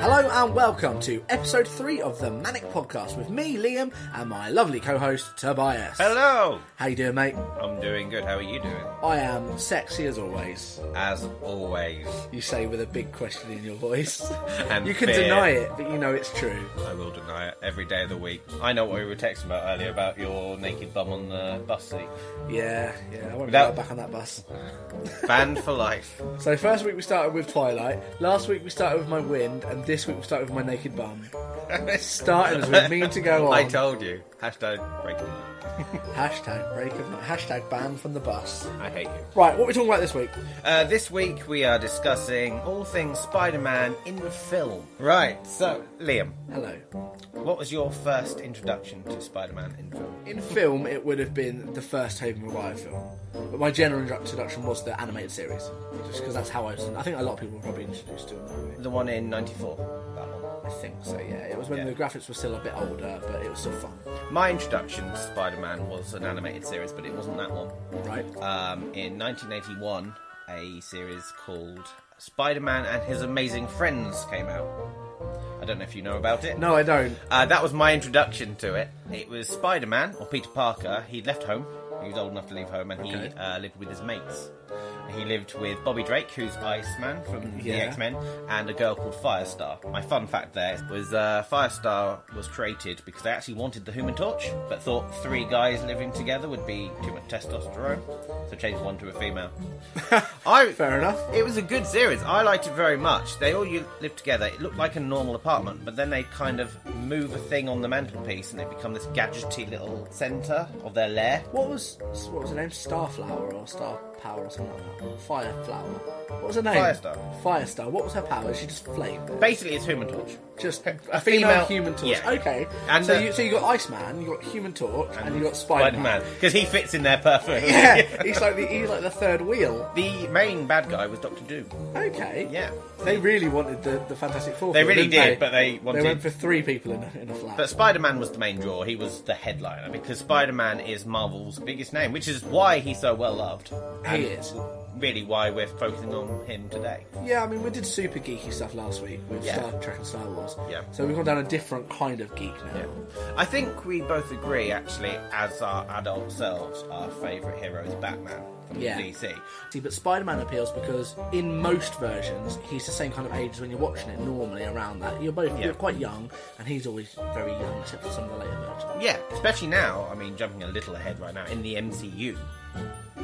Hello and welcome to episode three of the Manic Podcast with me, Liam, and my lovely co-host Tobias. Hello! How you doing, mate? I'm doing good. How are you doing? I am sexy as always. As always, You say with a big question in your voice. And you can fear. deny it, but you know it's true. I will deny it every day of the week. I know what we were texting about earlier about your naked bum on the bus seat. Yeah, yeah. I won't Without- be back on that bus. Banned for life. So first week we started with Twilight. Last week we started with my wind, and this week we started with my naked bum. Starting as we mean to go on. I told you. Hashtag breaking. the- Hashtag break of night. Hashtag ban from the bus. I hate you. Right, what are we talking about this week? Uh, this week we are discussing all things Spider-Man in the film. Right. So, Liam, Hello. what was your first introduction to Spider-Man in film? In film, it would have been the first Tobey Maguire film, but my general introduction was the animated series, just because that's how I was. I think a lot of people were probably introduced to it. that way. The one in '94. That one. I think so. Yeah, it was when Yeah. the graphics were still a bit older, but it was still fun, My introduction to Spider-Man was an animated series, but it wasn't that one. right? um, in 1981, a series called Spider Man and His Amazing Friends came out. I don't know if you know about it. No, I don't. Uh, that was my introduction to it. It was Spider Man, or Peter Parker. He'd left home. He was old enough to leave home, and Okay. he uh, lived with his mates. He lived with Bobby Drake, who's Iceman from Yeah. the X Men, and a girl called Firestar. My fun fact there was uh, Firestar was created because they actually wanted the Human Torch, but thought three guys living together would be too much testosterone, so changed one to a female. I Fair enough. it was a good series. I liked it very much. They all u- lived together. It looked like a normal apartment, but then they kind of move a thing on the mantelpiece, and they become this gadgety little centre of their lair. What was what was her name? Starflower or Star Power or something like that? Fireflower. What was her name? Firestar. Firestar. What was her power? She just flamed. Basically, it's Human Torch. Just A a, female, female- human torch. yeah. Okay. And, so uh, you so you got Iceman, you got Human Torch, and, you got Spider Spider Man. Man, because he fits in there perfectly. Yeah, he's like the he's like the third wheel. the main bad guy was Doctor Doom. Okay. Yeah. They really wanted the, the Fantastic Four. They film, really didn't did, but they wanted- went for three people in a, in a flat. But Spider Man was the main draw. He was the headliner because Spider Man is Marvel's biggest name, which is why he's so well loved. And is. Really, why we're focusing on him today. Yeah, I mean, we did super geeky stuff last week with Yeah. Star Trek and Star Wars. Yeah. So we've gone down a different kind of geek now. Yeah. I think we both agree, actually, as our adult selves, our favourite hero is Batman from Yeah. DC. See, but Spider-Man appeals because in most versions, he's the same kind of age as when you're watching it normally. Around that, you're both Yeah. you're quite young, and he's always very young, except for some of the later versions. Yeah, especially now, I mean, jumping a little ahead right now, in the MCU,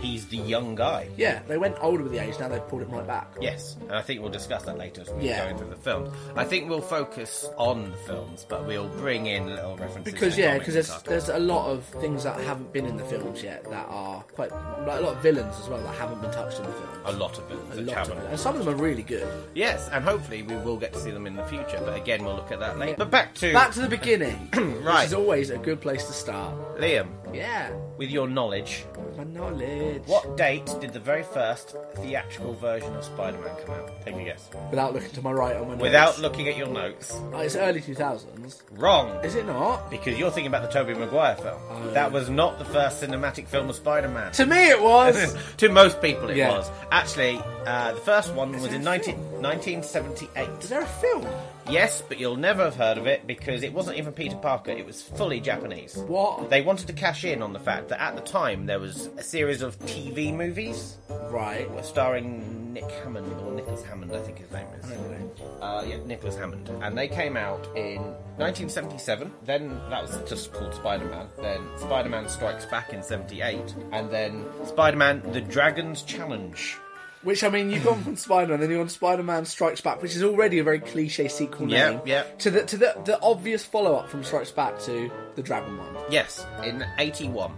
he's the young guy. Yeah, they went older with the age. Now they've pulled it right back. Yes, and I think we'll discuss that later as we Yeah. go into the films. I think we'll focus on the films, but we'll bring in little references. Because to yeah, comics because and there's stuff. there's a lot of things that haven't been in the films yet that are quite like a lot of villains as well that haven't been touched in the films. a lot of villains A that lot of haven't them. and some of them are really good. Yes, and hopefully we will get to see them in the future, but again, we'll look at that later. But back to Back to the beginning, Right. Which is always a good place to start. Liam, Yeah, with your knowledge, my knowledge. What date did the very first theatrical version of Spider-Man come out? Take a guess. Without looking to my right or my notes. Without looking at your notes. Oh, it's early 2000s. Wrong. Is it not? Because you're thinking about the Tobey Maguire film. That was not the first cinematic film of Spider-Man. Oh. To me, it was. to most people it Yeah. was. Actually, uh, the first one was there in a 19, film? 1978. Is there a film? Yes, but you'll never have heard of it because it wasn't even Peter Parker, it was fully Japanese. What? They wanted to cash in on the fact that at the time there was a series of TV movies Right. Well, starring Nick Hammond or Nicholas Hammond, I think his name is. don't know. Uh, yeah, Nicholas Hammond, and they came out in 1977. Then that was just called Spider-Man. Then Spider-Man Strikes Back in '78, and then Spider-Man: The Dragon's Challenge. Which, I mean, you've gone from Spider-Man, then you're on Spider-Man Strikes Back, which is already a very cliche sequel Yeah, name. yeah. To the, to the, the obvious follow-up from Strikes Back to the Dragon one. Yes, in '81,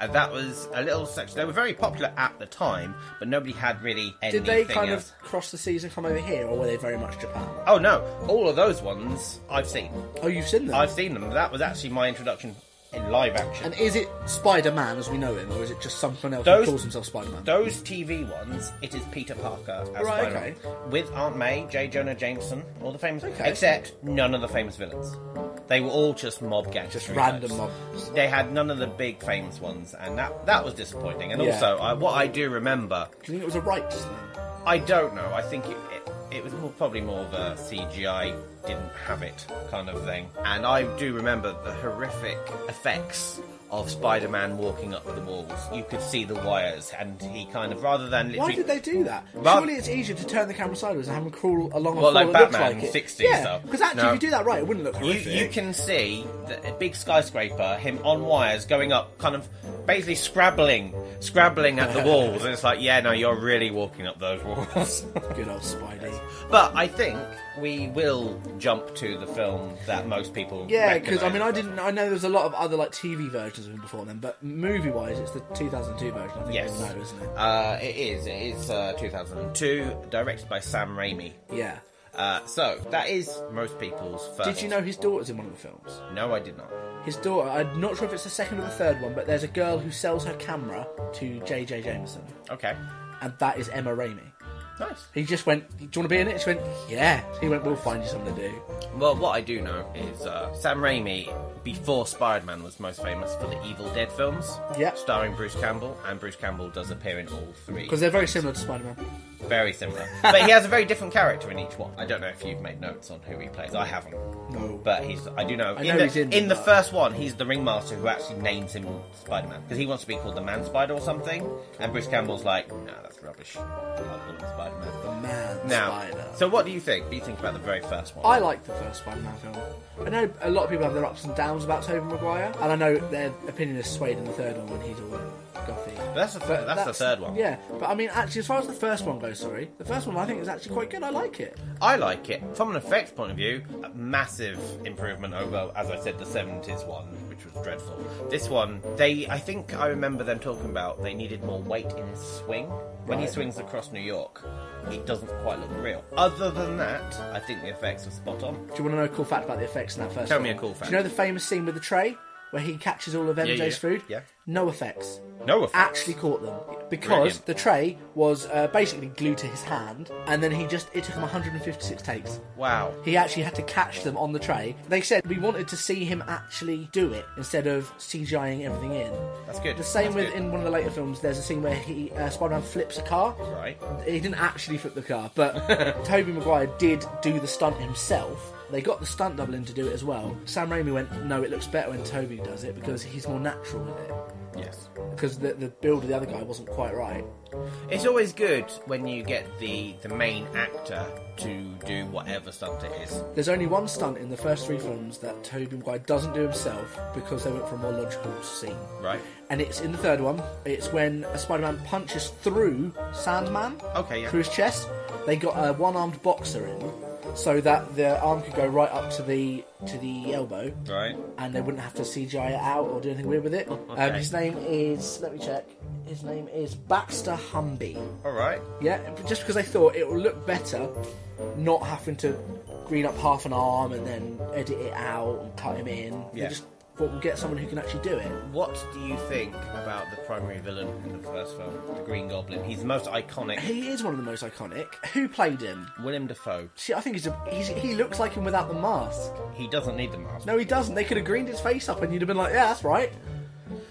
and that was a little section. They were very popular at the time, but nobody had really anything Did they kind else. of cross the seas and come over here, or were they very much Japan? Oh no! All of those ones I've seen. Oh, you've seen them? I've seen them. That was actually my introduction in live action. And is it Spider Man as we know him, or is it just someone else Those- who calls himself Spider Man? Those TV ones, it is Peter Parker as Right, Spider-Man. With Aunt May, J. Jonah Jameson, all the famous Okay. except none of the famous villains. They were all just mob gangsters. Just random mobs. They had none of the big famous ones, and that that was disappointing. And Yeah. also, I, what I do remember, Do you think it was a rights thing? I don't know. I think it, it, it was more, probably more of a CGI didn't have it kind of thing. And I do remember the horrific effects of Spider-Man walking up the walls. You could see the wires, and he kind of rather than Why literally- did they do that? Well- Surely it's easier to turn the camera sideways and have him crawl along a Well, floor like that looks Batman like it. 60s yeah, stuff. because actually, No. if you do that right, it wouldn't look You, horrific. you can see the a big skyscraper, him on wires going up, kind of basically scrabbling, scrabbling at the walls, and it's like, yeah, no, you're really walking up those walls. Good old Spidey. but I think we will jump to the film that most people. Yeah, because I mean, I recognise. didn't. I know there's a lot of other like TV versions of him before then, but movie-wise, it's the 2002 version. I think Yes. everyone knows, isn't it? Uh, it is. It is uh, 2002, directed by Sam Raimi. Yeah. Uh, so that is most people's first. Did you know his daughter's in one of the films? No, I did not. His daughter. I'm not sure if it's the second or the third one, but there's a girl who sells her camera to J.J. Jameson, Okay. and that is Emma Raimi. Nice. He just went, "Do you want to be in it?" She went, "Yeah." He went, "We'll find you something to do." Well, what I do know is uh, Sam Raimi, before Spider Man, was most famous for the Evil Dead films. Yep. Starring Bruce Campbell, and Bruce Campbell does appear in all three. Because they're very similar to Spider-Man. Very similar. but he has a very different character in each one. I don't know if you've made notes on who he plays. I haven't. No. But he's, I do know. I in know the, he's in them, the but- first one, he's the ringmaster who actually names him Spider Man. Because he wants to be called the Man Spider or something. And Bruce Campbell's like, nah, that's rubbish. I'll call him Spider Man. Man, Now, Spider. so what do you think? Do you think about the very first one? I like the first Spider-Man film. I know a lot of people have their ups and downs about Tobey Maguire, and I know their opinion is swayed in the third one when he's all gothy. That's the th- that's the third one. Yeah, but I mean, actually, as far as the first one goes, sorry, the first one I think is actually quite good. I like it. I like it. From an effects point of view, a massive improvement over, as I said, the 70s one, which was dreadful. This one, they, I think I remember them talking about they needed more weight in his swing. When he Right. swings across New York, it doesn't quite look real. Other than that, I think the effects were spot on. Do you want to know a cool fact about the effects in that first? Tell film? me a cool fact. Do you know the famous scene with the tray where he catches all of MJ's yeah. food? Yeah. No effects. No effects. Actually caught them because Brilliant. the tray was uh, basically glued to his hand, and then he just it took him 156 takes. Ah. Wow. He actually had to catch them on the tray. They said we wanted to see him actually do it instead of CGIing everything in. That's good. The same That's with good. in one of the later films. There's a scene where he uh, Spider-Man flips a car. Right. He didn't actually flip the car, but Toby Maguire did do the stunt himself. They got the stunt double in to do it as well. Sam Raimi went, no, it looks better when Toby does it because he's more natural with it. Yes. Because the, the build of the other guy wasn't quite right. It's always good when you get the the main actor to do whatever stunt it is. There's only one stunt in the first three films that Toby Maguire doesn't do himself because they went for a more logical scene. Right. And it's in the third one. It's when a Spider-Man punches through Sandman. Okay, yeah. Through his chest. They got a one-armed boxer in, so that the arm could go right up to the to the elbow, Right. and they wouldn't have to CGI it out or do anything weird with it. Um, Okay. his name is. Let me check. His name is Baxter Humby. All right. Yeah, but just because I thought it would look better not having to green up half an arm and then edit it out and cut him in. They Yeah. just thought we'll get someone who can actually do it. What do you think about the primary villain in the first film, the Green Goblin? He's the most iconic. He is one of the most iconic. Who played him? Willem Dafoe. See, I think he's, a, he's he looks like him without the mask. He doesn't need the mask. No, he doesn't. They could have greened his face up, and you'd have been like, "Yeah, that's right."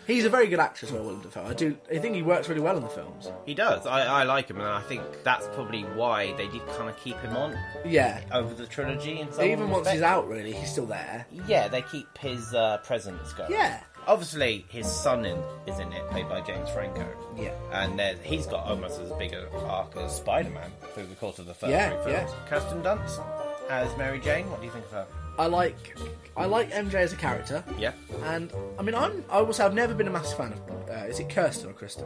He's a very good actor as well, Willem Dafoe. I do. I think he works really well in the films. He does. I, I like him, and I think that's probably why they did kind of keep him on Yeah. over the trilogy. And so Even once he's out, really, he's still there. yeah, they keep his uh, presence going. Yeah. Obviously, his son in, is in it, played by James Franco. Yeah. And there's- he's got almost as big an arc as Spider-Man through the course of the first Yeah, three films. Kirsten Dunst as Mary Jane. What do you think of her? I like I like MJ as a character. Yeah. And I mean, I'm I will say I've never been a massive fan of. Uh, is it Kirsten or Kristen?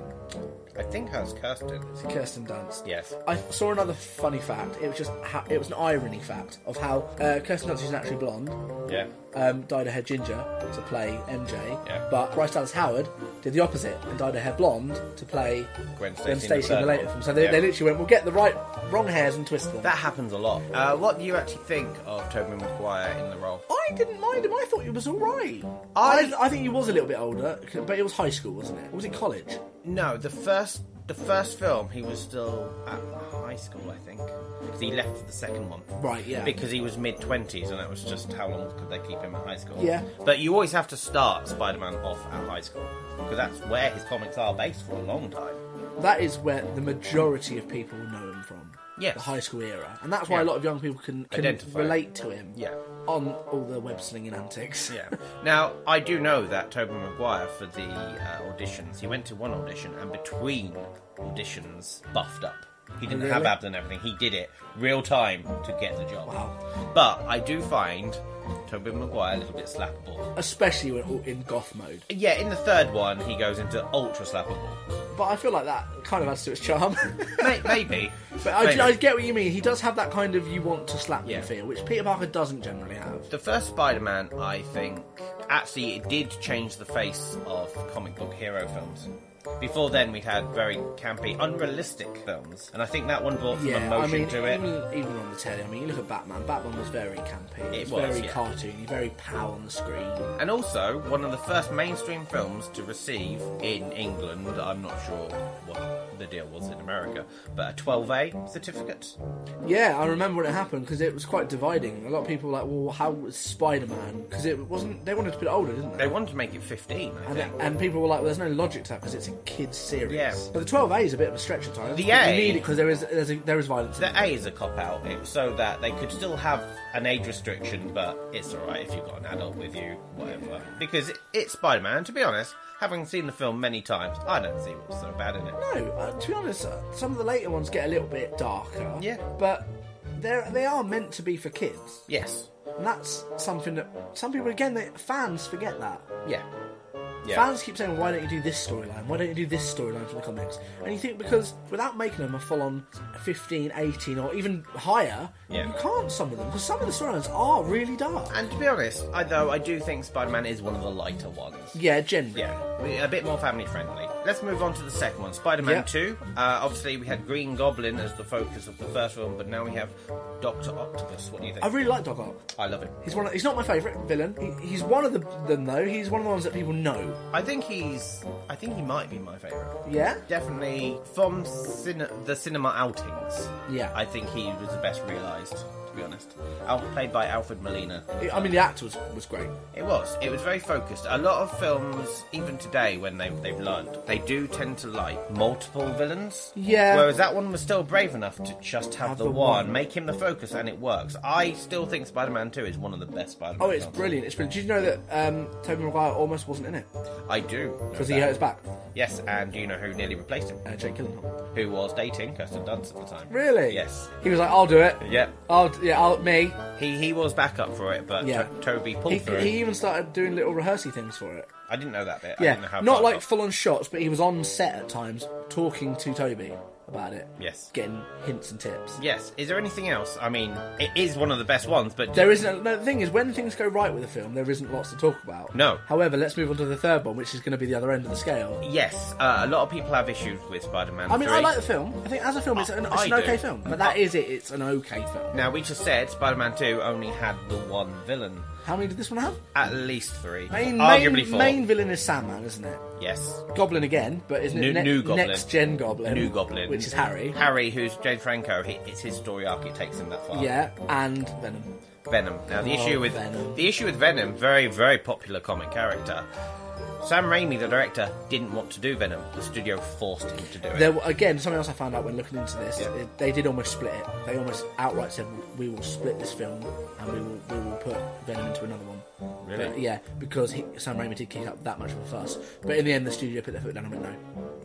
I think hers Kirsten. It's Kirsten Dunst. Yes. I saw another funny fact. It was just ha- it was an irony fact of how uh, Kirsten Dunst is naturally blonde, Yeah. um, dyed her hair ginger to play MJ, Yeah. but Bryce Dallas Howard did the opposite and dyed her hair blonde to play Gwen Stacy Gwen in the Stacy in third the later one. film. So they, Yeah. they literally went, "We'll get the right wrong hairs and twist them." That happens a lot. Uh, what do you actually think of Tobey Maguire in in the role. I didn't mind him. I thought he was all right. I, I think he was a little bit older, but it was high school, wasn't it? Or was it college? No, the first the first film he was still at high school, I think, because he left for the second one. Right, yeah. Because he was mid twenties, and that was just how long could they keep him at high school? Yeah. But you always have to start Spider-Man off at high school because that's where his comics are based for a long time. That is where the majority of people know him from. Yes. The high school era, and that's why Yeah. a lot of young people can, can Identify. relate to him. Yeah. On all the web slinging antics. Yeah. Now I do know that Toby Maguire for the uh, auditions, he went to one audition and between auditions buffed up. He didn't have really? abs and everything. He did it real time to get the job. Wow. But I do find Toby Maguire a little bit slappable. Especially when in goth mode. Yeah, in the third one he goes into ultra slappable. But I feel like that kind of adds to its charm. May- maybe. but I, Maybe. I get what you mean. He does have that kind of you want to slap Yeah. me feel, which Peter Parker doesn't generally have. The first Spider-Man, I think, actually it did change the face of comic book hero films. Before then, we had very campy, unrealistic films, and I think that one brought some Yeah, I emotion mean, to it. Even, even on the telly, I mean, you look at Batman. Batman was very campy. It It was, was, very yeah. cartoony, very pow on the screen. And also, one of the first mainstream films to receive in England, I'm not sure what the deal was in America, but a 12A certificate. Yeah, I remember when it happened because it was quite dividing. A lot of people were like, well, how was Spider Man? Because it wasn't. They wanted to put it older, didn't They they? wanted to make it 15, I and, think. and people were like, well, there's no logic to that because it's a kids' series. Yeah. But the 12A is a bit of a stretch at times. The but A- You need it because there is, there's a, there is violence in it. The A is a cop out, it was so that they could still have an age restriction, but it's alright if you've got an adult with you, whatever. Because it- it's Spider Man, to be honest, having seen the film many times, I don't see what's so bad in it. No, uh, to be honest, uh, some of the later ones get a little bit darker. Yeah. But they're, they are meant to be for kids. Yes. And that's something that some people, again, they, fans forget that. Yeah. Yeah. Fans keep saying, why don't you do this storyline? Why don't you do this storyline for the comics? And you think, because without making them a full on 15, 18, or even higher, Yeah. you can't some of them, because some of the storylines are really dark. And to be honest, I, though I do think Spider Man is one of the lighter ones. yeah, generally. Yeah, we- a bit more family friendly. Let's move on to the second one, Spider-Man Yeah. Two. Uh, obviously, we had Green Goblin as the focus of the first film, but now we have Doctor Octopus. What do you think? I really like Doc Ock. I love it. He's one. Of, he's not my favourite villain. He, he's one of the, them though. He's one of the ones that people know. I think he's. I think he might be my favorite. Yeah. Definitely from cine- the cinema outings. Yeah. I think he was the best realised. To be honest, Al- played by Alfred Molina. I mean, the actor was, was great. It was. It was very focused. A lot of films, even today, when they, they've learned, they do tend to like multiple villains. Yeah. Whereas that one was still brave enough to just have, Have the, the one, one. make him the focus, and it works. I still think Spider Man 2 is one of the best Spider Man Oh, it's brilliant. It's brilliant. Did you know that um, Tobey Maguire almost wasn't in it I do. know because he that. hurt his back? Yes, and do you know who nearly replaced him? Uh, Jake Gyllenhaal. Who was dating Kirsten Dunst at the time. Really? Yes. He was like, "I'll do it." Yeah. I'll yeah, I'll me. He he was backup for it, but Yeah. To- Toby pulled He, through. he even started doing little rehearsy things for it. I didn't know that bit. I didn't know Yeah, how not far like it got. full on shots, but he was on set at times talking to Toby about it. Yes. getting hints and tips. Yes. Is there anything else? I mean, it is one of the best ones, but There isn't. No, the thing is, when things go right with a film, there isn't lots to talk about. No. However, let's move on to the third one, which is going to be the other end of the scale. Yes, uh, a lot of people have issues with Spider-Man. I mean, 3. I like the film. I think as a film, it's an, it's I an do. okay film. But that is it. It's an okay film. Now we just said Spider-Man Two only had the one villain, How many did this one have? at least three, Main, arguably main, four. main villain is Sandman, isn't it? Yes, Goblin again, but isn't New- it ne- new Goblin. next gen Goblin? New Goblin, which is Harry. Harry, who's James Franco, he, it's his story arc. It takes him that far. Yeah, and Venom. Venom. Now the Oh, issue with Venom. the issue with Venom, very very popular comic character. Sam Raimi, the director, didn't want to do Venom. The studio forced him to do it. There were- again, something else I found out when looking into this, Yeah. it- they did almost split it. They almost outright said, "We will split this film, and we will we will put Venom into another one." Really? But, yeah, because he, Sam Raimi did kick up that much of a fuss. But in the end, the studio put their foot down and went no.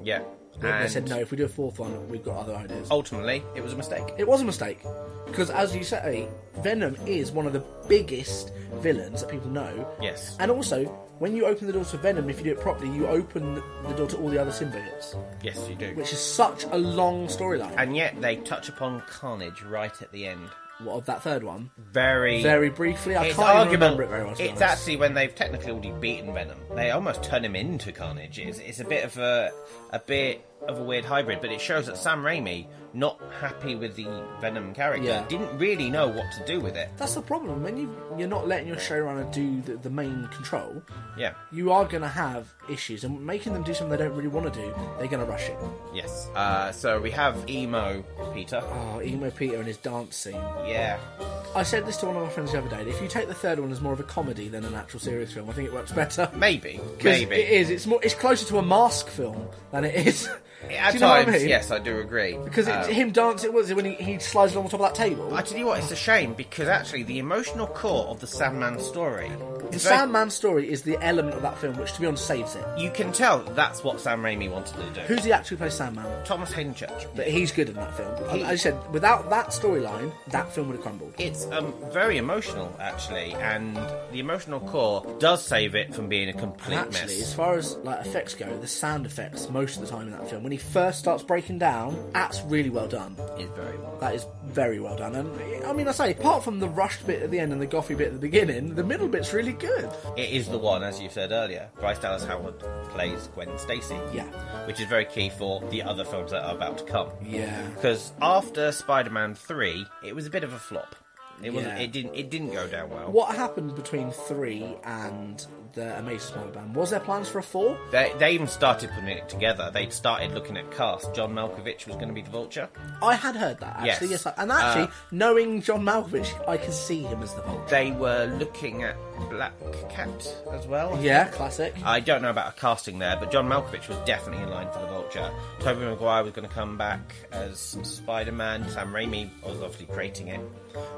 yeah, They and Oh. said no. If we do a fourth one, we've got other ideas. ultimately it was a mistake. It was a mistake because, as you say, Venom is one of the biggest villains that people know. Yes. And also, when you open the door to Venom, if you do it properly, you open the door to all the other symbiotes, Yes, you do. which is such a long storyline. And yet they touch upon Carnage right at the end. what of that third one? Very, Very briefly, I It's can't even arguable. remember it very well. to be It's honest. actually when they've technically already beaten Venom. They almost turn him into Carnage. It's, it's a bit of a, a bit of a weird hybrid, but it shows that Sam Raimi, not happy with the Venom character, Yeah. didn't really know what to do with it. That's the problem. When you you're not letting your showrunner do the, the main control, Yeah. you are going to have issues, and making them do something they don't really want to do, they're going to rush it. Yes. Uh, so we have emo Peter. Oh, emo Peter and his dance scene. Yeah. I said this to one of my friends the other day. If you take the third one as more of a comedy than an actual serious film, I think it works better. Maybe. 'Cause Maybe. it is. It's more. It's closer to a mask film than it is. At do you know times, what I mean? yes, I do agree. Because it's Um, him dancing. Was it when he, he slides along the top of that table? I tell you what, it's a shame because actually the emotional core of the Sandman story. the is very- Sandman story is the element of that film which, to be honest, saves it. You can tell that's what Sam Raimi wanted to do. Who's the actor who plays Sandman? Thomas Hayden Church. But he's good in that film. He- As I said, without that storyline, that film would have crumbled. It's um, very emotional, actually, and the emotional core does save it from being a complete And actually, as mess. far as like effects go, the sound effects most of the time in that film, when he first starts breaking down, that's really well done. It's very well. That is very well done. And I mean, I say, apart from the rushed bit at the end and the gothy bit at the beginning, the middle bit's really good. It is the one, as you said earlier. Bryce Dallas Howard plays Gwen Stacy. Yeah. Which is very key for the other films that are about to come. Yeah. Because after Spider-Man Three, it was a bit of a flop. It wasn't. Yeah. It didn't. It didn't go down well. What happened between three and the Amazing Spider-Man? Was there plans for a four? They, they even started putting it together. They'd started looking at cast. John Malkovich was going to be the Vulture. I had heard that actually. Yes, Yes. I- and actually, Uh, knowing John Malkovich, I can see him as the Vulture. They were looking at Black Cat as well. I Yeah, think. classic. I don't know about a casting there, but John Malkovich was definitely in line for the Vulture. Tobey Maguire was going to come back as Spider-Man. Sam Raimi was obviously creating it,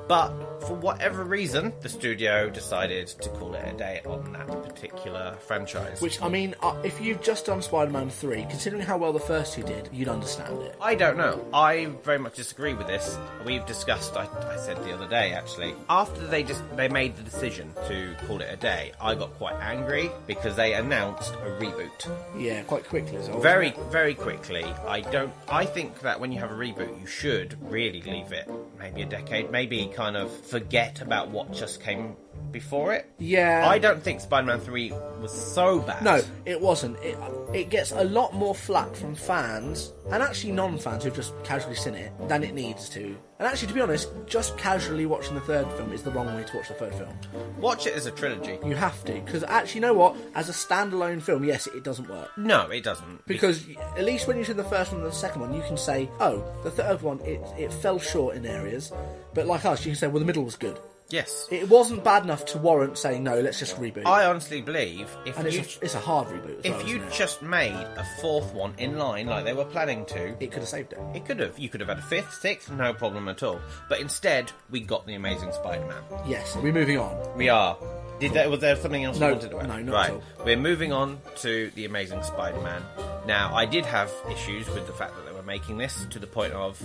but for whatever reason, the studio decided to call it a day on that particular franchise. Which I mean, uh, if you've just done Spider-Man three, considering how well the first two did, you'd understand it. I don't know. I very much disagree with this. We've discussed. I, I said the other day actually. After they just they made the decision to call it a day, I got quite angry because they announced a reboot Yeah, quite quickly. as well. very very quickly. I don't. I think that when you have a reboot, you should really leave it maybe a decade, maybe kind of forget about what just came before it. Yeah. I don't think Spider-Man Three was so bad. No, it wasn't. It, it gets a lot more flack from fans and actually non-fans who've just casually seen it than it needs to. And actually, to be honest, just casually watching the third film is the wrong way to watch the third film. watch it as a trilogy. You have to, because actually, you know what? As a standalone film, yes, it doesn't work. No, it doesn't. Because at least when you see the first one and the second one, you can say, oh, the third one, it, it fell short in areas. But like us, you can say, well, the middle was good. yes. It wasn't bad enough to warrant saying, no, let's just reboot. I honestly believe if and it's, you a, it's a hard reboot. As well, If you isn't it? just made a fourth one in line like they were planning to, it could have saved it. it could have. You could have had a fifth, sixth, no problem at all. But instead, we got the Amazing Spider-Man. Yes, we're moving on. We are. Did there, was there something else No, you wanted to add? no, not right. at all. We're moving on to the Amazing Spider-Man. Now, I did have issues with the fact that they were making this to the point of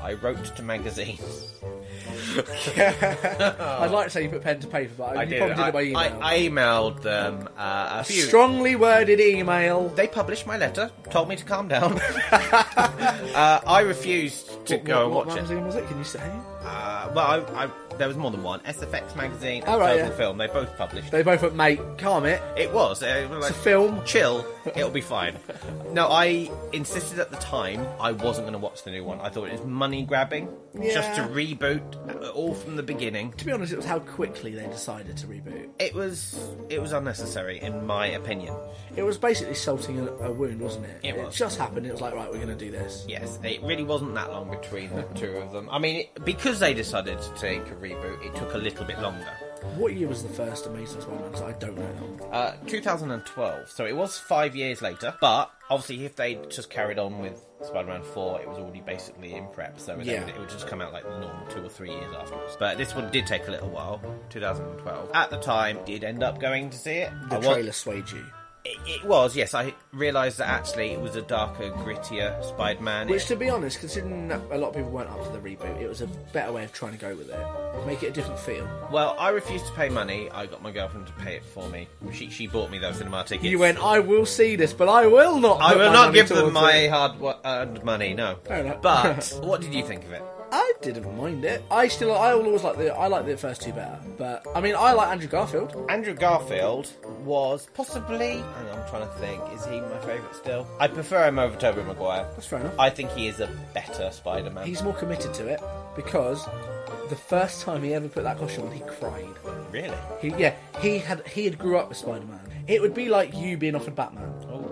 I wrote to magazines. I'd like to say you put pen to paper, but you probably did. did Oh. I, it by email. I, I emailed them uh, a few. Strongly worded email. They published my letter, told me to calm down. uh, I refused to What- go what, and what watch it. magazine was it? Can you say? Uh, well, I, I, there was more than one. SFX magazine and Oh, right, Total yeah. Film. They both published. They both went, mate, calm it. It was. It was like, It's a film. Chill. It'll be fine. no, I insisted at the time I wasn't going to watch the new one. I thought it was money grabbing, just to Yeah. reboot uh, all from the beginning. To be honest, it was how quickly they decided to reboot. It was. It was unnecessary, in my opinion. It was basically salting a, a wound, wasn't it? It was. just happened. It was like, right, we're going to do this. Yes, it really wasn't that long between the two of them. I mean, it, because they decided to take a reboot, it took a little bit longer. What year was the first Amazing Spider-Man? 'Cause I don't know. Uh, 2012, so it was five years later, but obviously, if they just carried on with Spider Man 4, it was already basically in prep, so Yeah. it would just come out like the normal two or three years afterwards. But this one did take a little while, 2012. At the time, did end up going to see it. The I was- trailer swayed you. it, it was, yes. I realised that actually it was a darker, grittier Spider Man. Which, to be honest, considering that a lot of people weren't up for the reboot, it was a better way of trying to go with it. Make it a different feel. Well, I refused to pay money. I got my girlfriend to pay it for me. She she bought me those cinema tickets. You went, I will see this, but I will not. I put will my not money give them towards my it." hard wo- earned money. No. Fair enough. But what did you think of it? I didn't mind it. I still, I will always like the, I like the first two better. But I mean, I like Andrew Garfield. Andrew Garfield was possibly. Hang on, I'm trying to think. Is he my favourite still? I prefer him over Tobey Maguire. That's fair enough. I think he is a better Spider-Man. He's more committed to it because the first time he ever put that costume on, he cried. really. He, yeah, he had, he had grew up with Spider-Man. It would be like you being offered Batman. Oh.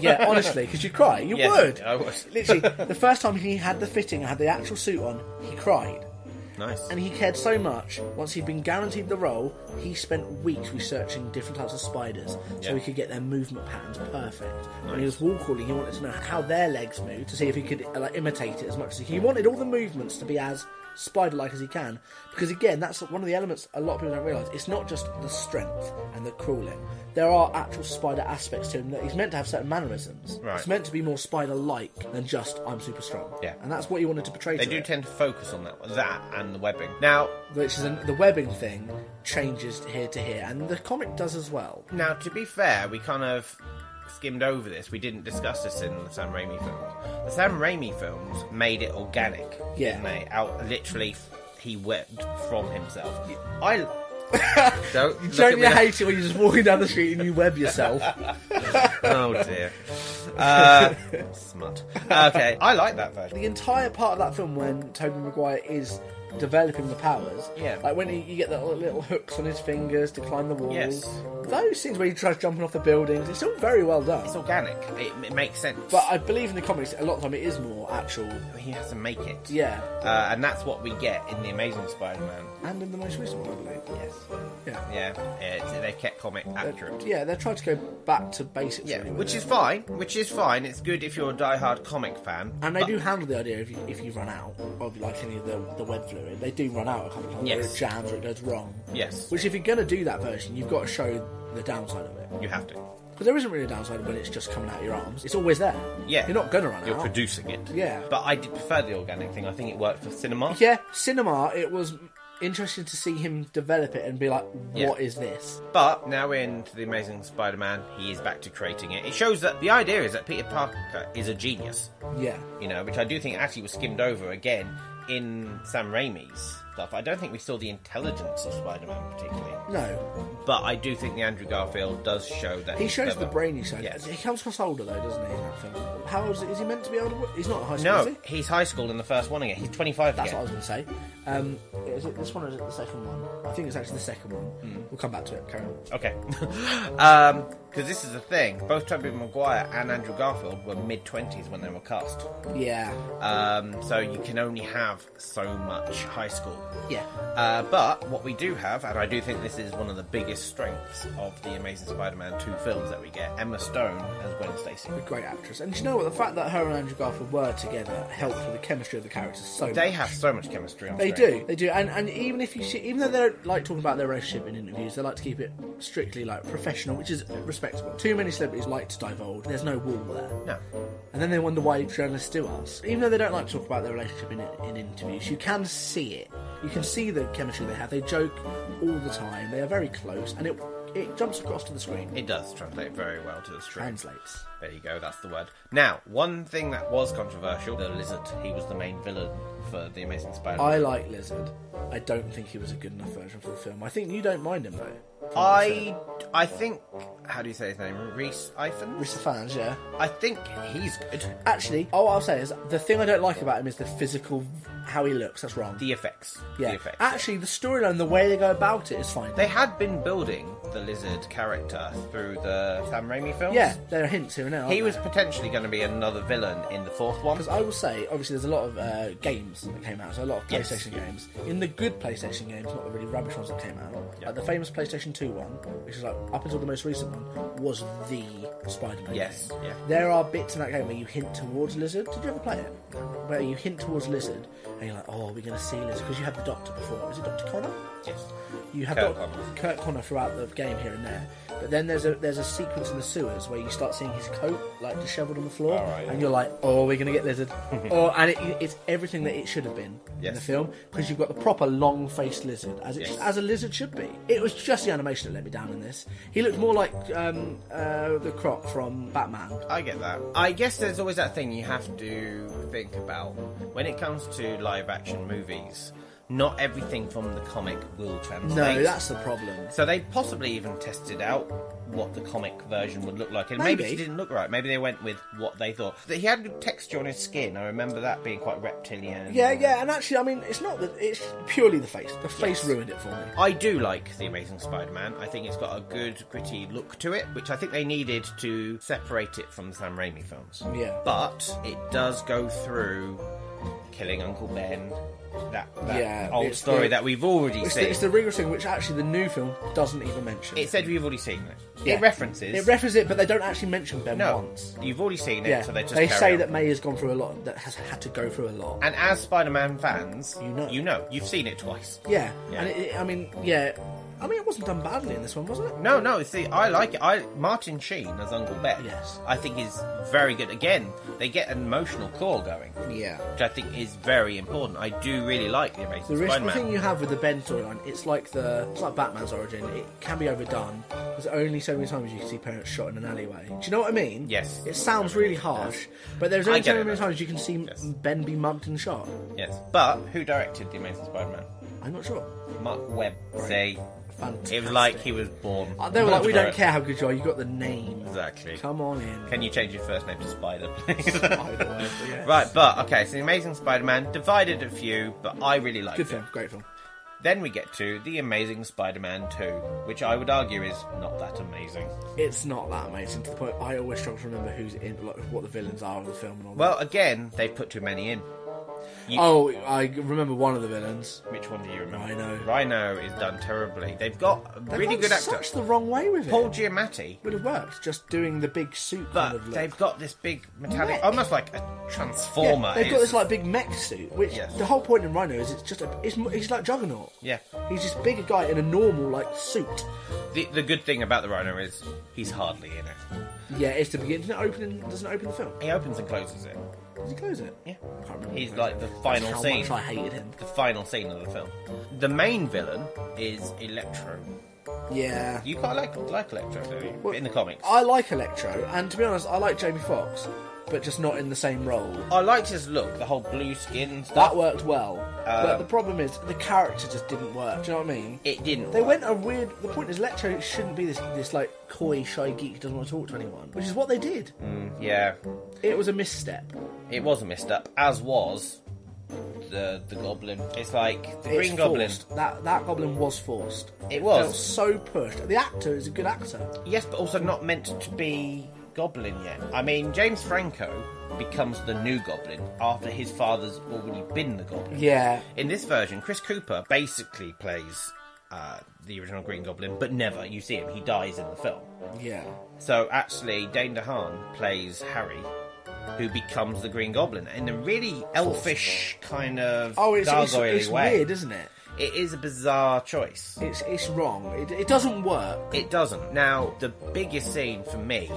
Yeah, honestly, because you'd cry. You Yes, would. I would. Literally, the first time he had the fitting, had the actual suit on, he cried. Nice. And he cared so much, once he'd been guaranteed the role, he spent weeks researching different types of spiders so Yeah. he could get their movement patterns perfect. When he was wall crawling, he wanted to know how their legs moved to see if he could uh, like, imitate it as much as he He wanted all the movements to be as spider like as he can because, again, that's one of the elements a lot of people don't realise. It's not just the strength and the crawling, there are actual spider aspects to him that he's meant to have certain mannerisms. Right. It's meant to be more spider like than just, I'm super strong. Yeah. And that's what he wanted to portray They to do it tend to focus on that, that and the webbing. Now, which is an, the webbing thing changes here to here, and the comic does as well. now to be fair, we kind of skimmed over this. We didn't discuss this in the Sam Raimi films. The Sam Raimi films made it organic. Yeah. didn't They out literally, he wept from himself. I. Don't, look at Don't me you like- hate it when you're just walking down the street and you web yourself? Oh dear. Uh, smut. Okay, I like that version. the entire part of that film when Toby Maguire is developing the powers, Yeah. like when he, you get the little hooks on his fingers to climb the walls, Yes. those scenes where he tries jumping off the buildings, it's all very well It's done. organic. It, it makes sense. But I believe in the comics, a lot of the time it is more actual. he has to make it. Yeah, Uh, and that's what we get in the Amazing Spider-Man. and in the most recent one, I believe. Yes. Yeah. Yeah. It's, they've kept comic Uh, accurate. Yeah, they tried to go back to basics. Yeah, really with which it. is fine. Which is fine. It's good if you're a die-hard comic fan. And they but- do handle the idea if you, if you run out of like any of the, the web fluid, they do run out a couple of times. Yes. Yes. it jams or it goes wrong. Yes. Which, if you're going to do that version, you've got to show the downside of it. You have to. Because there isn't really a downside when it's just coming out of your arms. It's always there. Yeah. You're not going to run You're out. producing it. Ah. Yeah. But I did prefer the organic thing. I think it worked for cinema. yeah, cinema, it was interesting to see him develop it and be like, Yeah. what is this? But now we're into the Amazing Spider-Man. He is back to creating it. It shows that the idea is that Peter Parker is a genius. Yeah. you know, which I do think actually was skimmed over again in Sam Raimi's stuff. I don't think we saw the intelligence of Spider-Man particularly, No. but I do think the Andrew Garfield does show that He he's shows clever. the brainy side. Yes. He comes across older, though, doesn't he? in that film? How old is he? Is he meant to be older? He's not at high school, is No, he? he's high school in the first one again. He's 25 That's again. what I was going to say. Um, is it this one or is it the second one? I think it's actually the second one. We'll come back to it. Carry on. Okay, because this is the thing. Both Tobey Maguire and Andrew Garfield were mid 20s when they were cast. Yeah, Um, so you can only have so much high school yeah. Uh, but what we do have, and I do think this is one of the biggest strengths of the Amazing Spider-Man two films that we get, Emma Stone as Gwen Stacy. A great actress. And do you know what? The fact that her and Andrew Garfield were together helped with the chemistry of the characters so much. They have so much chemistry. On They screen. do, they do, and and even if you see, even though they don't like talking about their relationship in interviews, they like to keep it strictly like professional, which is respectable. Too many celebrities like to divulge. There's no wall there. No, And then they wonder why journalists do ask. Even though they don't like to talk about their relationship in, in interviews, you can see it. You can see the chemistry they have. They joke all the time. They are very close, and it it jumps across to the screen. It it does translate very well to the screen. translates. There you go. That's the word. Now, one thing that was controversial: the lizard. He was the main villain for the Amazing Spider-Man. I like Lizard. I don't think he was a good enough version for the film. I think you don't mind him though. I, I think. How do you say his name? Reese Ifan. Mr. Fans, yeah. I think he's good. Actually, all I'll say is the thing I don't like about him is the physical, how he looks. That's wrong. The effects. yeah. The effects. Actually, the storyline, the way they go about it is fine. They had been building the lizard character through the Sam Raimi films. yeah, there are hints here and there. aren't He was there? potentially going to be another villain in the fourth one. Because I will say, obviously, there's a lot of uh, games that came out, so a lot of Yes. PlayStation games. In the good PlayStation games, not the really rubbish ones that came out, Yeah. like the famous PlayStation 2 one, which is like up until the most recent one, was the Spider Man Yes, game. yeah. There are bits in that game where you hint towards Lizard. Did you ever play it? Where you hint towards Lizard, and you're like, oh, we're going to see Lizard. Because you had the Doctor before. Was it Dr. Connor? Yes. You have Kurt Kurt Connor. Connor. Kurt Connor throughout the game here and there, but then there's a there's a sequence in the sewers where you start seeing his coat like dishevelled on the floor, All right, yeah. and you're like, "Oh, we're gonna get lizard." oh, and it, it's everything that it should have been in the Yes. film because you've got the proper long-faced lizard as it Yes. as a lizard should be. It was just the animation that let me down in this. He looked more like um, uh, the Croc from Batman. I get that. I guess there's always that thing you have to think about when it comes to live action movies, not everything from the comic will translate. No, that's the problem. So they possibly even tested out what the comic version would look like, and maybe, Maybe. it didn't look right. Maybe they went with what they thought. That he had good texture on his skin. I remember that being quite reptilian. Yeah, yeah, and actually, I mean, it's not that it's purely the face. The face Yes. ruined it for me. I do like The Amazing Spider Man. I think it's got a good, gritty look to it, which I think they needed to separate it from the Sam Raimi films. Yeah. But it does go through killing Uncle Ben, that, that Yeah, old it's story the- that we've already It's seen. the, it's the rigorous thing, which actually the new film doesn't even mention. It said we've already seen it. Yeah. It references. It references it, but they don't actually mention Ben no, once. you've already seen it, Yeah, so they just carry say on. that May has gone through a lot, that has had to go through a lot. And as Spider-Man fans, You know. you know, you've seen it twice. yeah, Yeah. and it, it- I mean, yeah, I mean, it wasn't done badly in this one, wasn't it? No, no. See, I like it. I Martin Sheen as Uncle Ben. Yes. I think is very good. Again, they get an emotional core going, Yeah. which I think is very important. I do really like the Amazing The, risk, the Spider-Man. thing you have with the Ben storyline, it's like the it's like Batman's origin. It can be overdone. There's only so many times you can see parents shot in an alleyway. Do you know what I mean? Yes. It sounds really harsh, but there's I only get so it, many though. times you can see Yes. Ben be mugged and shot. Yes, but who directed the Amazing Spider-Man? I'm not sure. Mark Webb. See, Fantastic. it was like he was born. Uh, They were like, we don't Right. care how good you are. You got the name. Exactly. Come on in. Can you change your first name to Spider, please? Spider, yes. Right, but okay, so the Amazing Spider-Man divided a few, but I really liked Good it. film. Great film. Then we get to The Amazing Spider Man 2, which I would argue is not that amazing. It's not that amazing to the point I always struggle to remember who's in, like, what the villains are in the film and all. Well, again, they put too many in. that. Oh, I remember one of the villains. Which one do you remember? Rhino. Rhino is done terribly. They've got a They've really gone good actor. Such the wrong way with it. Paul Giamatti, would have worked. Just doing the big suit kind of but look. they've got this big metallic, Mech. almost like a Yeah, transformer. they've got It's- this like big mech suit, which Yes. the whole point in Rhino is it's just a, it's, m- he's like Juggernaut. Yeah. he's this bigger guy in a normal like suit. the, the good thing about the Rhino is he's hardly in it. Yeah, it's the beginning. Doesn't it open? in- Doesn't it open the film? He opens and closes it. Does he close it? Yeah. I can't remember. He's when like it the closes. final That's scene. How much I hated him. The final scene of the film. The main villain is Electro. Yeah. You quite like like Electro, do you? in the comics. I like Electro, and to be honest, I like Jamie Foxx, but just not in the same role. I liked his look, the whole blue skin stuff. That worked well, but the uh, problem is the character just didn't work. Do you know what I mean? It didn't. They work. went a weird. The point is, Electro shouldn't be this this like coy, shy geek who doesn't want to talk to anyone, which is what they did. Mm. Yeah, It was a misstep. it was a misstep. As was the the goblin. It's like the It's Green Goblin. forced. That that Goblin was forced. It was. Felt so pushed. The actor is a good actor. Yes, but also not meant to be Goblin yet. I mean, James Franco becomes the new Goblin after his father's already been the Goblin. Yeah. In this version, Chris Cooper basically plays uh, the original Green Goblin, but never. You see him; he dies in the film. Yeah. So actually, Dane DeHaan plays Harry, who becomes the Green Goblin in a really elfish kind of Oh, it's it's, gargoyle it's way. weird, isn't it? It is a bizarre choice. It's it's wrong. It, it doesn't work. It doesn't. Now, the biggest scene for me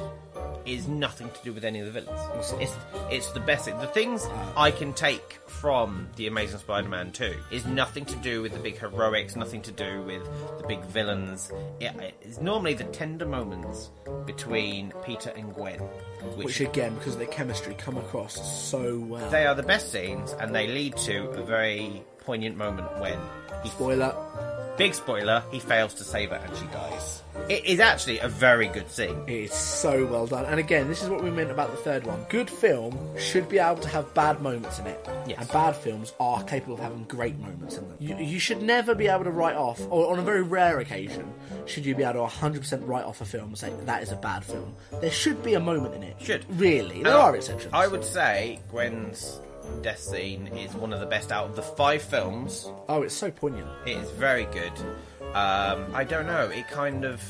is nothing to do with any of the villains. It's, it's the best thing. The things I can take from The Amazing Spider Man 2 is nothing to do with the big heroics, nothing to do with the big villains. It, it's normally the tender moments between Peter and Gwen, Which again, because of the chemistry, come across so well. They are the best scenes, and they lead to a very poignant moment when he. Spoiler. Big spoiler, he fails to save her and she dies. It is actually a very good scene. It's so well done. And again, this is what we meant about the third one. Good film should be able to have bad moments in it. Yes. And bad films are capable of having great moments in them. You, you should never be able to write off, or on a very rare occasion, should you be able to 100% write off a film and say, that is a bad film. There should be a moment in it. Should. Really. There And are exceptions. I would say Gwen's death scene is one of the best out of the five films. Oh, it's so poignant. It is very good. Um, I don't know. It kind of.